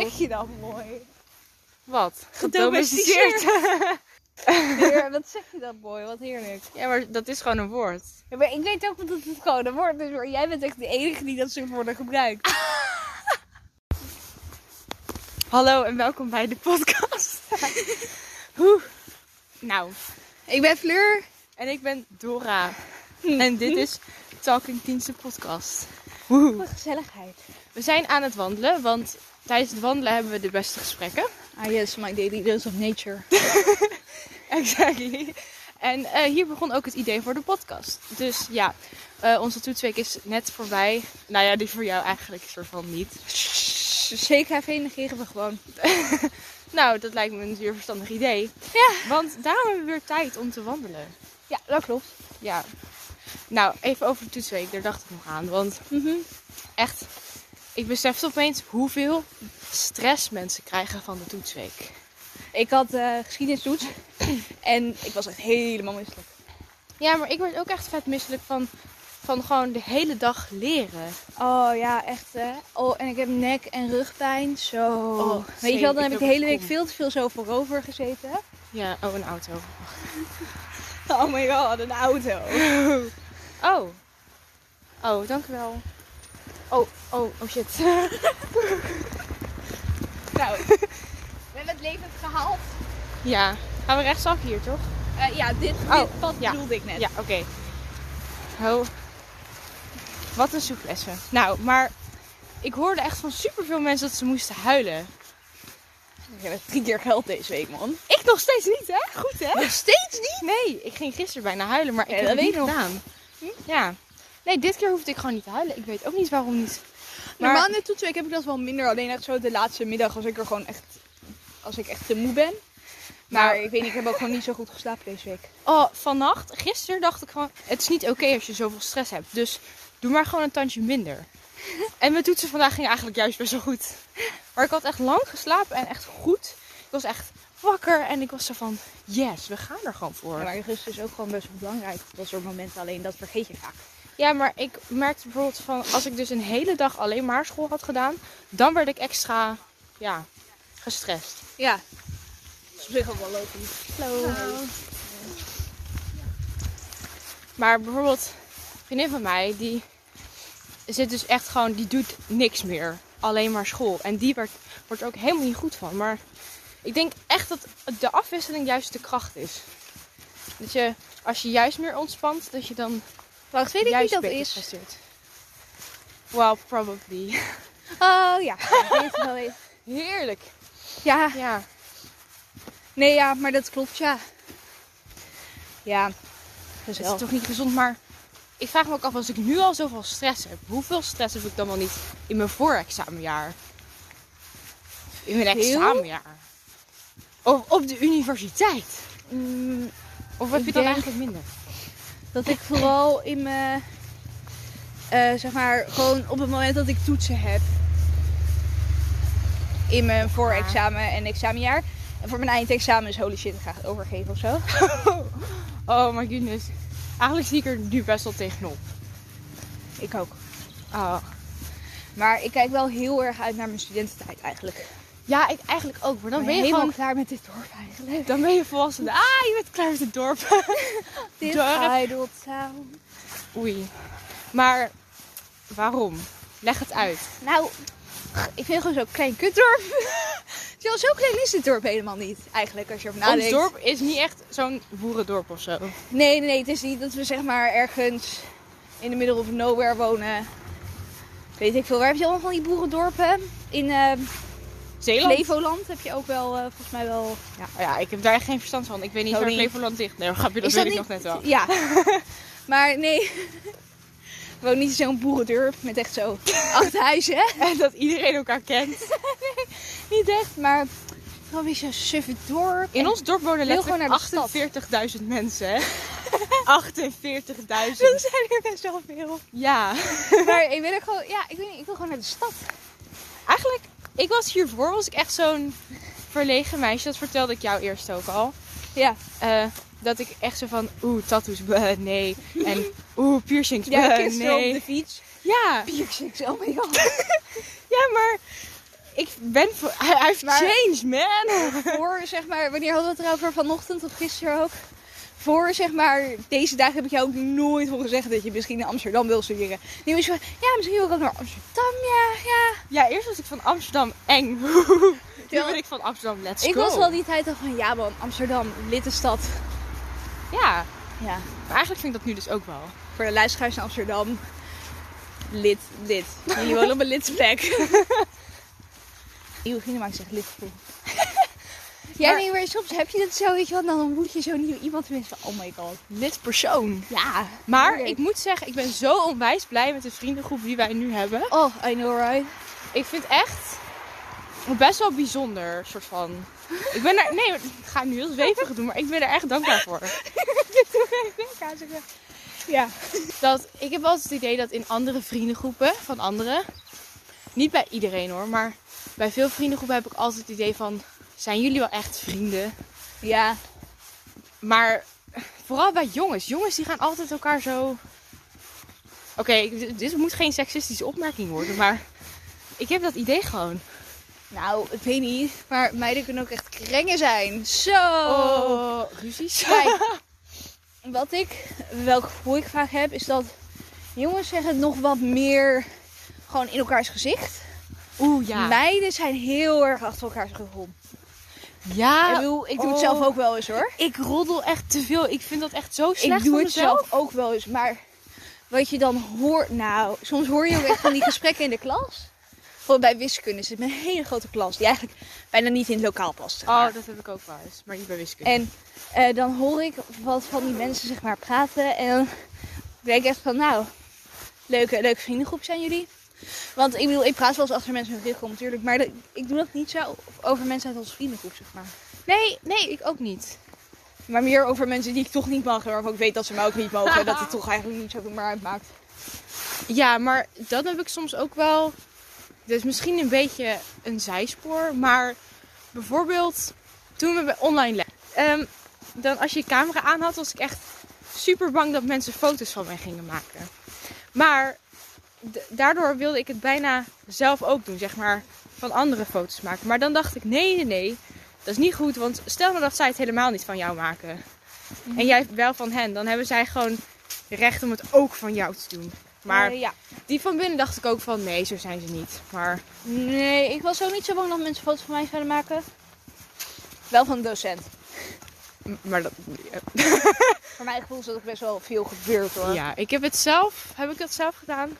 zeg je dan mooi? Wat? Gedomesticeerd. Gedomesticeerd. Heer, wat zeg je dan mooi? Wat heerlijk. ja, maar dat is gewoon een woord. Ja, maar ik weet ook dat het gewoon een woord is, maar jij bent echt de enige die dat soort woorden gebruikt. Hallo en welkom bij de podcast. Hoe? Nou, Ik ben Fleur. en ik ben Dora. En dit is Talking Tiense Podcast. Woe. Voor gezelligheid. We zijn aan het wandelen, want tijdens het wandelen hebben we de beste gesprekken. Ah yes, my daily dose of nature. Exactly. En eh, hier begon ook het idee voor de podcast. Dus ja, eh, onze toetsweek is net voorbij. Nou ja, die voor jou eigenlijk soort van niet. CKV negeren we gewoon. Nou, dat lijkt me een zeer verstandig idee. Ja. Want daarom hebben we weer tijd om te wandelen. Ja, dat klopt. Ja. Nou, even over de toetsweek. Daar dacht ik nog aan. Want Mhm. echt, ik besefte opeens hoeveel stress mensen krijgen van de toetsweek. Ik had eh geschiedenistoets en ik was echt helemaal misselijk. Ja, maar ik werd ook echt vet misselijk van, van gewoon de hele dag leren. Oh ja, echt hè. Oh, en ik heb nek- en rugpijn. Zo. Oh, Weet je wel, zeker. dan Ik heb ik de ook hele week kom. veel te veel zo voorover gezeten. Ja, oh, een auto. Oh my god, een auto. Oh. Oh, dank u wel. Oh, oh, oh shit. Nou, we hebben het leven gehaald. Ja, gaan we rechtsaf hier, toch? Eh, ja, dit, dit Oh, pad ja. bedoelde ik net. Ja, oké. Oh. Wat een zoeklessen. Nou, maar ik hoorde echt van superveel mensen dat ze moesten huilen. Ik heb drie keer geld deze week, man. Ik nog steeds niet, hè? Goed, hè? Nog steeds niet? Nee, ik ging gisteren bijna huilen, maar ik Ja, heb dat het niet weet ik nog. gedaan. Ja. Nee, dit keer hoefde ik gewoon niet te huilen. Ik weet ook niet waarom niet. Maar- Normaal in de toetsweek heb ik dat wel minder. Alleen echt zo de laatste middag als ik er gewoon echt, als ik echt te moe ben. Maar Nou. ik weet niet, ik heb ook gewoon niet zo goed geslapen deze week. Oh, vannacht, gisteren dacht ik gewoon, het is niet oké als je zoveel stress hebt. Dus doe maar gewoon een tandje minder. En mijn toetsen vandaag ging eigenlijk juist best wel goed. Maar ik had echt lang geslapen en echt goed. Ik was echt wakker en ik was zo van, yes, we gaan er gewoon voor. Ja, maar rust is ook gewoon best wel belangrijk op dat soort momenten. Alleen dat vergeet je vaak. Ja, maar ik merkte bijvoorbeeld van, als ik dus een hele dag alleen maar school had gedaan, dan werd ik extra, ja, gestrest. Ja. Nou, Dat is op zich ook wel logisch. Hallo. Maar bijvoorbeeld, een vriendin van mij, die zit dus echt gewoon, die doet niks meer. Alleen maar school. En die werd, wordt er ook helemaal niet goed van. Maar ik denk echt dat de afwisseling juist de kracht is. Dat je, als je juist meer ontspant, dat je dan Wacht, weet ik juist wie dat beter is? presteert. Well, probably. Oh ja. ik weet het wel weten. Heerlijk. Ja, Ja. nee ja, maar dat klopt ja. Ja, Het is gezellig. toch niet gezond, maar ik vraag me ook af, als ik nu al zoveel stress heb, hoeveel stress heb ik dan wel niet in mijn voorexamenjaar? In mijn Veel? examenjaar? Of op de universiteit? Mm, Of heb Ik je dan denk- eigenlijk minder? dat ik vooral in mijn, eh, zeg maar, gewoon op het moment dat ik toetsen heb. In mijn voorexamen en examenjaar. En voor mijn eindexamen is holy shit, ik ga het overgeven of zo. Oh my goodness. Eigenlijk zie ik er nu best wel tegenop. Ik ook. Oh. Maar ik kijk wel heel erg uit naar mijn studententijd eigenlijk. Ja, ik eigenlijk ook, maar dan Ik ben ben je helemaal gewoon... klaar met dit dorp eigenlijk. Dan ben je volwassen. Ah, je bent klaar met het dorp. Dit Dorp. Idle Town. Oei. Maar waarom? Leg het uit. Nou, ik vind het gewoon zo'n klein kutdorp. Terwijl zo klein is dit dorp helemaal niet eigenlijk als je erover Ons nadenkt. dorp is niet echt zo'n boerendorp of zo. Nee, nee, nee, het is niet dat we zeg maar ergens in de middle of nowhere wonen. Weet ik veel. Waar heb je allemaal van die boerendorpen? In eh, Zeeland? Flevoland heb je ook wel, eh, volgens mij wel... Ja. Oh ja, ik heb daar echt geen verstand van. Ik weet niet Sorry. waar Flevoland ligt. Nee, grapje, dat Is weet dat ik nog niet- net wel. Ja. maar nee, ik woon niet in zo'n boerendorp met echt zo acht huizen. En dat iedereen elkaar kent. Niet echt, maar gewoon weer zo'n suffe dorp. In ons dorp wonen Wil gewoon letterlijk naar 48.000 mensen. hè? 48.000. Dat zijn er best wel veel. Ja. Maar ik wil ook gewoon, ja, ik weet niet, ik wil gewoon naar de stad. Eigenlijk, ik was hiervoor was ik echt zo'n verlegen meisje. Dat vertelde ik jou eerst ook al. Ja, Eh, dat ik echt zo van, oeh, tattoos, bleh, nee. En oeh, piercings, ja bleh, gisteren op de nee. fiets. Ja, Piercings, oh my god. ja, maar Ik ben... voor- I- I've Maar- changed, man. voor, zeg maar, wanneer hadden we het erover? Vanochtend of gisteren ook? Voor, zeg maar, deze dagen heb ik jou ook nooit horen zeggen dat je misschien in Amsterdam wil studeren. Nu is je van, ja, misschien wil ik ook naar Amsterdam, ja, ja. Ja, eerst was ik van Amsterdam eng. nu ben ik van Amsterdam, let's Ik go. was wel die tijd al van, ja man, Amsterdam, litte stad. Ja, Ja, maar eigenlijk vind ik dat nu dus ook wel. voor de luisteraars in Amsterdam, lid, lid. Jullie wonen op een lidsplek. Eeuw, Gina maakt zich lid voor. Ja, Maar- nee, maar soms heb je dat zo, weet je wel, dan ontmoet je zo'n nieuw iemand en dan denk je van, oh my god. Lid persoon. Ja. Maar Tuurlijk. ik moet zeggen, ik ben zo onwijs blij met de vriendengroep die wij nu hebben. Oh, I know right. Ik vind echt best wel bijzonder, soort van. Ik ben daar... Nee, ik ga nu heel zweverig doen, maar ik ben er echt dankbaar voor. Ja. dat ik heb altijd het idee dat in andere vriendengroepen van anderen, niet bij iedereen hoor, maar bij veel vriendengroepen heb ik altijd het idee van zijn jullie wel echt vrienden? Ja. Maar vooral bij jongens, jongens die gaan altijd elkaar zo. Oké, ik- dit- dit moet geen seksistische opmerking worden, maar ik heb dat idee gewoon. Nou, ik weet niet. Maar meiden kunnen ook echt krengen zijn. Zo. Oh. ruzies. Kijk. Wat ik, welk gevoel ik vaak heb, is dat jongens zeggen het nog wat meer gewoon in elkaars gezicht. Oeh ja. Meiden zijn heel erg achter elkaars gevoel. ik Ja. bedoel, ik doe het oh. zelf ook wel eens hoor. Ik roddel echt te veel. Ik vind dat echt zo slecht ik doe van het mezelf. zelf ook wel eens. Maar wat je dan hoort, nou, soms hoor je ook echt van die gesprekken in de klas. Bijvoorbeeld bij wiskunde zit een hele grote klas die eigenlijk bijna niet in het lokaal past. zeg maar. Oh, dat heb ik ook wel eens, maar niet bij wiskunde. En eh, dan hoor ik wat van die mensen zeg maar praten. En dan denk ik echt van nou, leuke, leuke vriendengroep zijn jullie. Want ik bedoel, ik praat wel eens achter mensen hun rug om natuurlijk. Maar dat- ik doe dat niet zo over mensen uit onze vriendengroep zeg maar. Nee, nee, ik ook niet. Maar meer over mensen die ik toch niet mag. Waarvan ik weet dat ze mij ook niet mogen. dat het toch eigenlijk niet zo meer uitmaakt. Ja, maar dan heb ik soms ook wel. Dus misschien een beetje een zijspoor, maar bijvoorbeeld toen we bij online les. ehm, dan als je je camera aan had, was ik echt super bang dat mensen foto's van mij gingen maken. Maar d- daardoor wilde ik het bijna zelf ook doen, zeg maar, van andere foto's maken. Maar dan dacht ik, nee, nee, nee, dat is niet goed, want stel nou dat zij het helemaal niet van jou maken. En jij wel van hen, dan hebben zij gewoon recht om het ook van jou te doen. Maar Eh, ja. die van binnen dacht ik ook van nee, zo zijn ze niet. Maar Nee, ik was ook niet zo bang dat mensen foto's van mij zouden maken. Wel van een docent. maar dat, Voor mijn gevoel is dat ook best wel veel gebeurd hoor. ja, ik heb het zelf, heb ik dat zelf gedaan?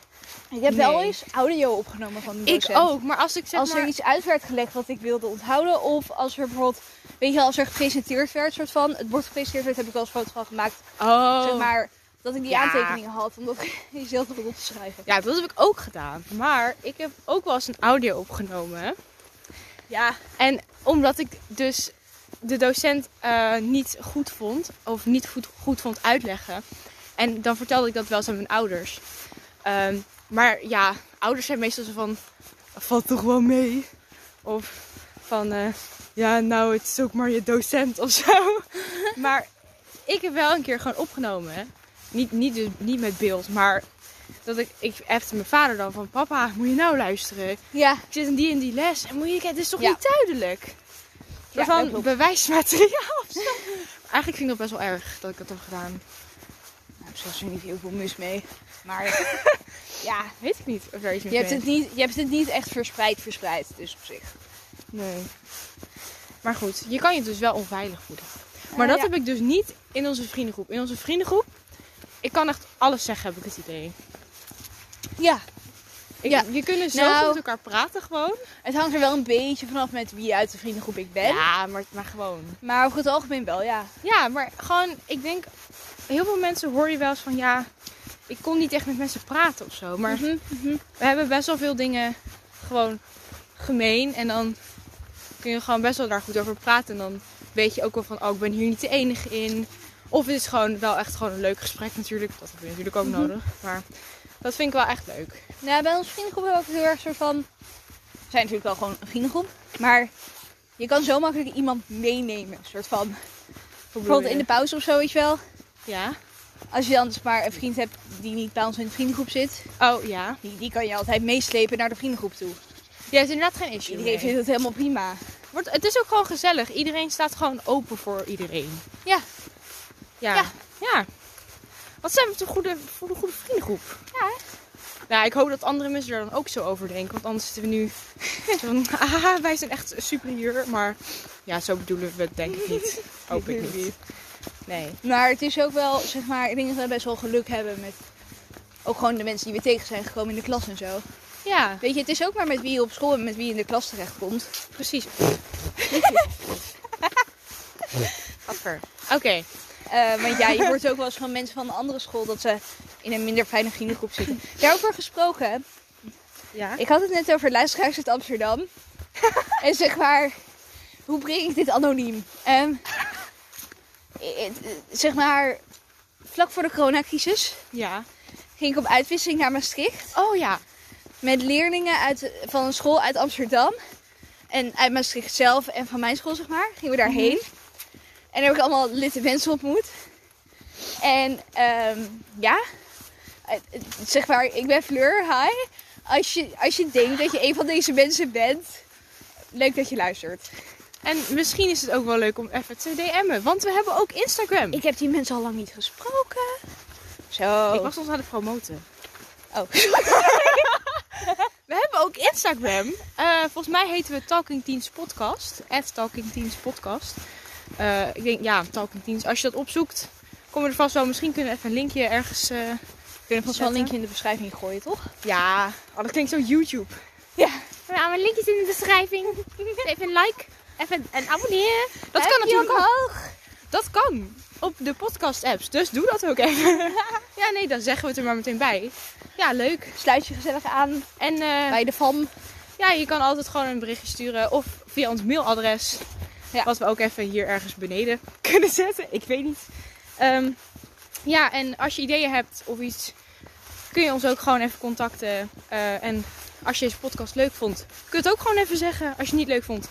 Ik heb wel Nee. eens audio opgenomen van een docent. Ik ook, maar als ik zeg als er maar, iets uit werd gelegd wat ik wilde onthouden. Of als er bijvoorbeeld, weet je, wel, als er gepresenteerd werd, soort van. Het bord gepresenteerd werd, heb ik wel eens foto's van gemaakt. oh, Zeg maar, dat ik die Ja. aantekeningen had. Omdat ik die zelf erop op te schrijven. ja, dat heb ik ook gedaan. Maar ik heb ook wel eens een audio opgenomen. Ja. En omdat ik dus de docent eh, niet goed vond, of niet goed, goed vond uitleggen. En dan vertelde ik dat wel eens aan mijn ouders. Ehm, maar ja, ouders zijn meestal zo van, valt toch wel mee? Of van, eh, ja nou het is ook maar je docent of zo. maar ik heb wel een keer gewoon opgenomen. hè. Niet, niet, dus, niet met beeld, maar dat ik, ik appte mijn vader dan van, papa moet je nou luisteren? Ja. ik zit in die en die les. En moet je kijken, dit is toch Ja. niet duidelijk? Ja, Zo van dat klopt. bewijsmateriaal of zo. Eigenlijk vind ik dat best wel erg dat ik dat heb gedaan. Nou, er is er niet heel veel mis mee. Maar ja, Weet ik niet of er iets mee je hebt, het niet, je hebt het niet echt verspreid verspreid. Dus op zich. Nee. Maar goed, je kan je dus wel onveilig voelen. Maar Eh, dat ja. heb ik dus niet in onze vriendengroep. In onze vriendengroep, ik kan echt alles zeggen, heb ik het idee. Ja. Ik, Ja. Je kunnen zo Nou. goed met elkaar praten gewoon. Het hangt er wel een beetje vanaf met wie uit de vriendengroep ik ben. Ja, maar, maar gewoon. Maar over het algemeen wel, ja. Ja, maar gewoon, ik denk, heel veel mensen hoor je wel eens van ja, ik kon niet echt met mensen praten of zo. Maar Mhm, mhm. we hebben best wel veel dingen gewoon gemeen. En dan kun je gewoon best wel daar goed over praten. En dan weet je ook wel van, oh, ik ben hier niet de enige in. Of het is gewoon wel echt gewoon een leuk gesprek natuurlijk. Dat heb je natuurlijk ook Mhm. nodig. Maar dat vind ik wel echt leuk. Nou, bij ons vriendengroep hebben we ook heel erg soort van. We zijn natuurlijk wel gewoon een vriendengroep. Maar je kan zo makkelijk iemand meenemen. Een soort van. Bijvoorbeeld in de pauze of zo, weet je wel. Ja? Als je dan dus maar een vriend hebt die niet bij ons in de vriendengroep zit. Oh, ja. Die, die kan je altijd meeslepen naar de vriendengroep toe. Die heeft inderdaad geen issue Iedereen mee. vindt het helemaal prima. Wordt, het is ook gewoon gezellig. Iedereen staat gewoon open voor iedereen. Ja. Ja. Ja. Ja. Wat zijn we toch goede, voor een goede vriendengroep. Ja, Nou, ik hoop dat andere mensen daar dan ook zo over denken. Want anders zitten we nu zo van, ah, wij zijn echt superieur. Maar ja, zo bedoelen we het denk ik niet. Hoop ik niet. Nee. Maar het is ook wel, zeg maar, ik denk dat wij best wel geluk hebben met ook gewoon de mensen die we tegen zijn gekomen in de klas en zo. Ja, Weet je, het is ook maar met wie je op school en met wie je in de klas terechtkomt. precies. Afver. Oké. Eh want ja, je hoort ook wel eens van mensen van een andere school dat ze in een minder fijne vriendengroep zitten. Daarover gesproken, Ja. ik had het net over luisteraars uit Amsterdam. en zeg maar, hoe breng ik dit anoniem? Ehm, eh, eh, zeg maar, vlak voor de coronacrisis Ja. ging ik op uitwisseling naar Maastricht. Oh ja. met leerlingen uit, van een school uit Amsterdam. En uit Maastricht zelf en van mijn school, zeg maar. Gingen we daarheen. En daar heb ik allemaal litte mensen ontmoet. En ehm, ja, Eh, eh, zeg maar, ik ben Fleur, hi. Als je, als je denkt dat je een van deze mensen bent, leuk dat je luistert. En misschien is het ook wel leuk om even te DM'en. Want we hebben ook Instagram. Ik heb die mensen al lang niet gesproken. Zo. Ik was ons aan het promoten. Oh. We hebben ook Instagram. Eh, volgens mij heten we Talking Teens Podcast. At Talking Teens Podcast. Eh, ik denk, ja, Talking Teens. Als je dat opzoekt, komen we er vast wel. Misschien kunnen we even een linkje ergens... eh, kunnen vast wel een zetten. linkje in de beschrijving gooien, toch? ja, oh, dat klinkt zo YouTube. Ja. Nou, mijn linkjes in de beschrijving. Even een like. Even een abonneer. Dat kan natuurlijk ook. hoog. Dat kan op de podcast-apps. Dus doe dat ook even. ja, nee, dan zeggen we het er maar meteen bij. Ja, leuk. Sluit je gezellig aan En eh, bij de FAM. ja, je kan altijd gewoon een berichtje sturen. Of via ons mailadres. Ja. Wat we ook even hier ergens beneden kunnen zetten. Ik weet niet. Ehm, ja, en als je ideeën hebt of iets, kun je ons ook gewoon even contacten. Eh, en als je deze podcast leuk vond, kun je het ook gewoon even zeggen. Als je het niet leuk vond,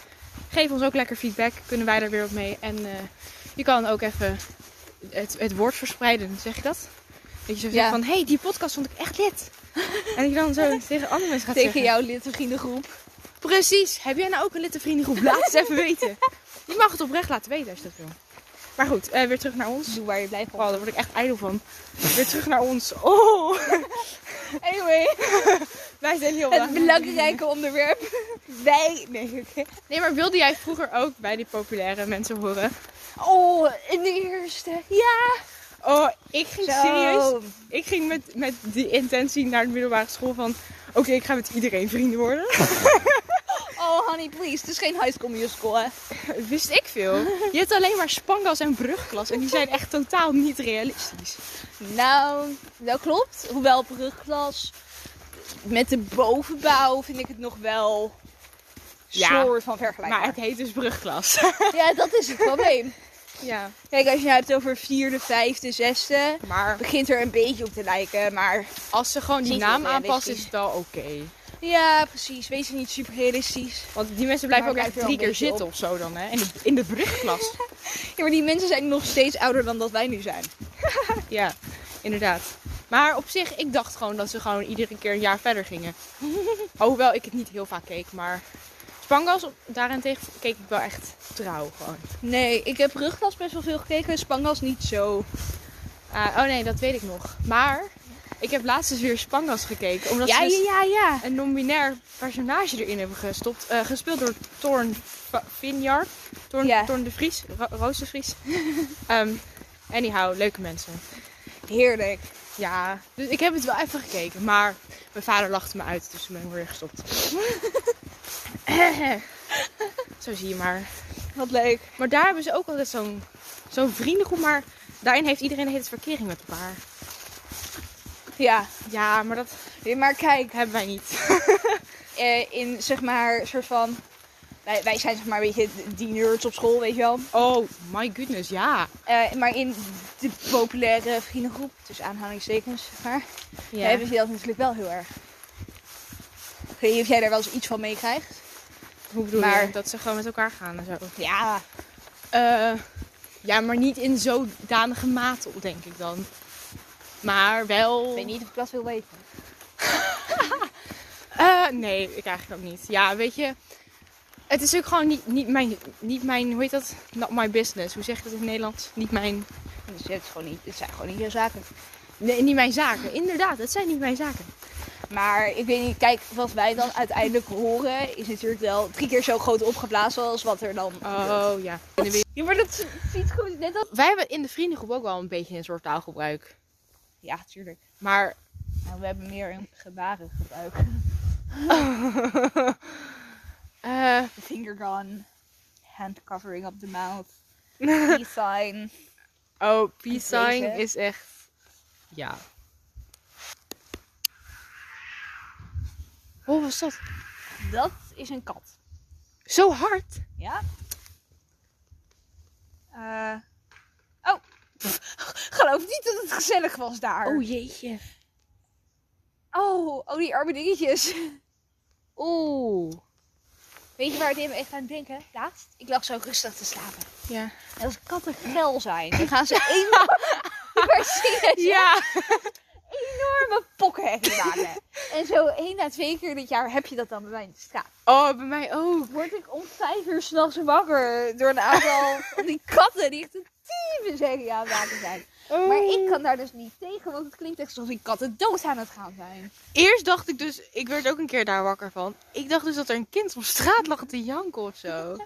geef ons ook lekker feedback. Kunnen wij daar weer op mee. En eh, je kan ook even het, het woord verspreiden, zeg je dat? Dat je zo zegt Ja. van, hé, hey, die podcast vond ik echt lit. en dat je dan zo tegen andere mensen gaat Tegen zeggen. jouw lid vriendengroep. Precies. Heb jij nou ook een litte vriendengroep? Laat het even weten. Je mag het oprecht laten weten als je dat wil. Maar goed, eh, weer terug naar ons. Doe waar je blij van Oh, daar word ik echt ijdel van. Weer terug naar ons. Oh, Anyway, wij zijn heel het laag. belangrijke onderwerp. Wij. Nee, oké. Nee, maar wilde jij vroeger ook bij die populaire mensen horen? Oh, in de eerste. Ja. Oh, ik ging serieus. Zo. Ik ging met, met die intentie naar de middelbare school van... Oké, ik ga met iedereen vrienden worden. Oh, honey, please. Het is geen high school musical, hè? Wist ik veel. Je hebt alleen maar spangas en brugklas. En die zijn echt totaal niet realistisch. Nou, dat klopt. Hoewel brugklas met de bovenbouw vind ik het nog wel Ja. soort van Maar vergelijkbaar. het heet dus brugklas. Ja, dat is het probleem. Ja. Kijk, als je nou hebt over vierde, vijfde, zesde, Maar begint er een beetje op te lijken, maar... als ze gewoon die Niet naam heel aanpassen, realistisch. is het wel oké. Ja, precies. Wees er niet super realistisch. Want die mensen blijven Maar ook blijft er echt wel drie een keer beetje zitten of zo dan, hè? In de, in de brugklas. Ja, maar die mensen zijn nog steeds ouder dan dat wij nu zijn. ja, inderdaad. Maar op zich, ik dacht gewoon dat ze gewoon iedere keer een jaar verder gingen. Hoewel ik het niet heel vaak keek, maar Spangas op- daarentegen keek ik wel echt trouw gewoon. Nee, ik heb rugklas best wel veel gekeken. Spangas niet zo. Ah, oh nee, dat weet ik nog. Maar ik heb laatst eens weer Spangas gekeken, omdat ja, ze dus ja, ja, ja. een non-binair personage erin hebben gestopt. eh, gespeeld door Thorn Va- Vinjar. Thorn, Ja. Thorn de Vries. Ro Roos de Vries. Ehm, anyhow, leuke mensen. Heerlijk. Ja, dus ik heb het wel even gekeken. Maar mijn vader lachte me uit, dus toen ben ik weer gestopt. Zo zie je maar. Wat leuk. Maar daar hebben ze ook altijd zo'n zo'n vriendengroep. Maar daarin heeft iedereen de hele tijd verkering met elkaar. Ja. Ja, maar dat Ja, Maar kijk, hebben wij niet. eh, in zeg maar soort van... Wij, wij zijn zeg maar een beetje die nerds op school, weet je wel. Oh my goodness, ja. Eh, maar in de populaire vriendengroep, dus aanhalingstekens, zeg maar, Ja. hebben ze dat natuurlijk wel heel erg. Ik weet niet of jij daar wel eens iets van meekrijgt. Hoe bedoel Maar- je? Dat ze gewoon met elkaar gaan en zo. Ja. Eh, ja, maar niet in zodanige mate, denk ik dan. Maar wel. Ik weet niet of ik dat wil weten. Eh, nee, ik eigenlijk ook niet. Ja, weet je, het is ook gewoon niet, niet, mijn, niet mijn, hoe heet dat? Not my business. Hoe zeg je dat in het Nederlands? Niet mijn, Dus het, is gewoon niet, het zijn gewoon niet jouw zaken. nee, niet mijn zaken. Inderdaad, het zijn niet mijn zaken. Maar ik weet niet, kijk, wat wij dan uiteindelijk horen is natuurlijk wel drie keer zo groot opgeblazen als wat er dan. gebeurt. Oh ja. In de wereld- Ja, maar dat ziet goed net als. Wij hebben in de vriendengroep ook wel een beetje een soort taalgebruik. Ja, tuurlijk. Maar Nou, we hebben meer een gebarengebruik. eh, The finger gun, hand covering up the mouth, peace sign. Oh, peace sign Deze. is echt. Ja. Oh, wat is dat? Dat is een kat. Zo hard? Ja? Eh, oh, Pff, geloof niet dat het gezellig was daar. Oh jeetje. oh, oh, die arme dingetjes. Oeh. Weet je waar het in me echt aan denken? Laatst, ik lag zo rustig te slapen. Ja. En als katten geil zijn, dan gaan ze enorm, maar serieus, Ja. enorme pokkenhekken maken. En zo één na twee keer dit jaar heb je dat dan bij mij in de straat. Oh, bij mij ook. Word ik om vijf uur s'nachts wakker door een aantal van die katten die echt een tyfus herrie aan het maken zijn. Oh. Maar ik kan daar dus niet tegen, want het klinkt echt alsof die katten dood aan het gaan zijn. Eerst dacht ik dus, ik werd ook een keer daar wakker van. Ik dacht dus dat er een kind op straat lag te janken of zo.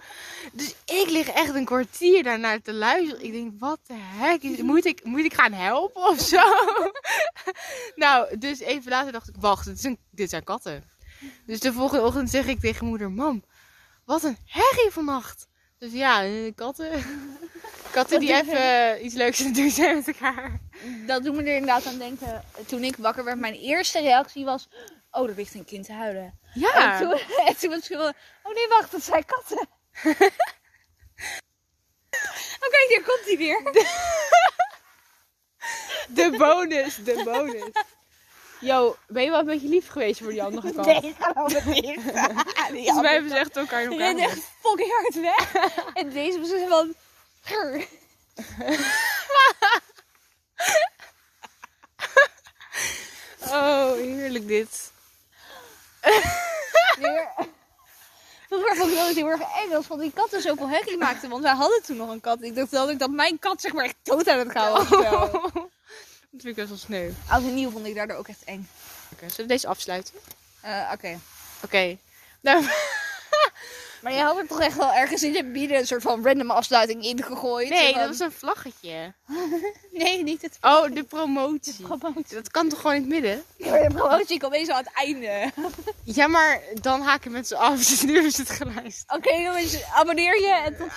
Dus ik lig echt een kwartier daarnaar te luisteren. Ik denk, wat de heck? is- Moet ik, moet ik gaan helpen of zo? nou, dus even later dacht ik, wacht, dit, is een, dit zijn katten. Dus de volgende ochtend zeg ik tegen moeder, mam, wat een herrie vannacht. Dus ja, eh, katten. Katten die even iets leuks te doen zijn met elkaar. Dat doet me er inderdaad aan denken. Toen ik wakker werd, mijn eerste reactie was, oh, er ligt een kind te huilen. En toen, en toen was ik wel, oh nee, wacht, dat zijn katten. Oké, hier komt hij weer. De bonus, de bonus. Yo, ben je wel een beetje lief geweest voor die andere kant? Nee, ga nou met niet. Dus wij hebben ze echt elkaar in elkaar ren echt fucking hard weg. en deze was dus van, grrr. gelegd. Oh, heerlijk dit. Weer- Vroeger vond ik wel eens heel erg eng als van die katten zoveel herrie maakten. Want wij hadden toen nog een kat. Ik dacht wel dat mijn kat zeg maar echt dood aan het gaan was. of zo. Dat vind ik best wel sneu. Oké, Als een nieuw vond ik daardoor ook echt eng. zullen we deze afsluiten? Eh, Oké. Oké. Nou, Maar jij had er toch echt wel ergens in het midden een soort van random afsluiting in gegooid. Zo nee, dat van- was een vlaggetje. Nee, niet het Oh, de promotie. promotie. Dat kan toch gewoon in het midden? De promotie komt eens aan het einde. Ja, maar dan haken mensen af, dus nu is het geluisterd. Oké jongens, abonneer je en tot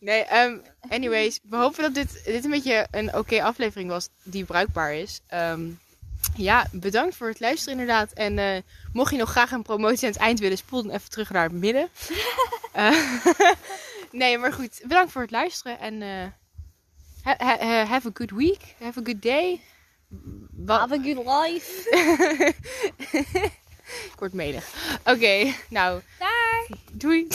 Nee, ehm, anyways, we hopen dat dit, dit een beetje een oké aflevering was die bruikbaar is. Ehm, ja, bedankt voor het luisteren inderdaad. En eh, mocht je nog graag een promotie aan het eind willen, spoel dan even terug naar het midden. Eh, nee, maar goed, bedankt voor het luisteren en eh, ha- ha- ha- have a good week, have a good day. Wa- Have a good life. Ik word melig. Oké, nou, Daar. doei.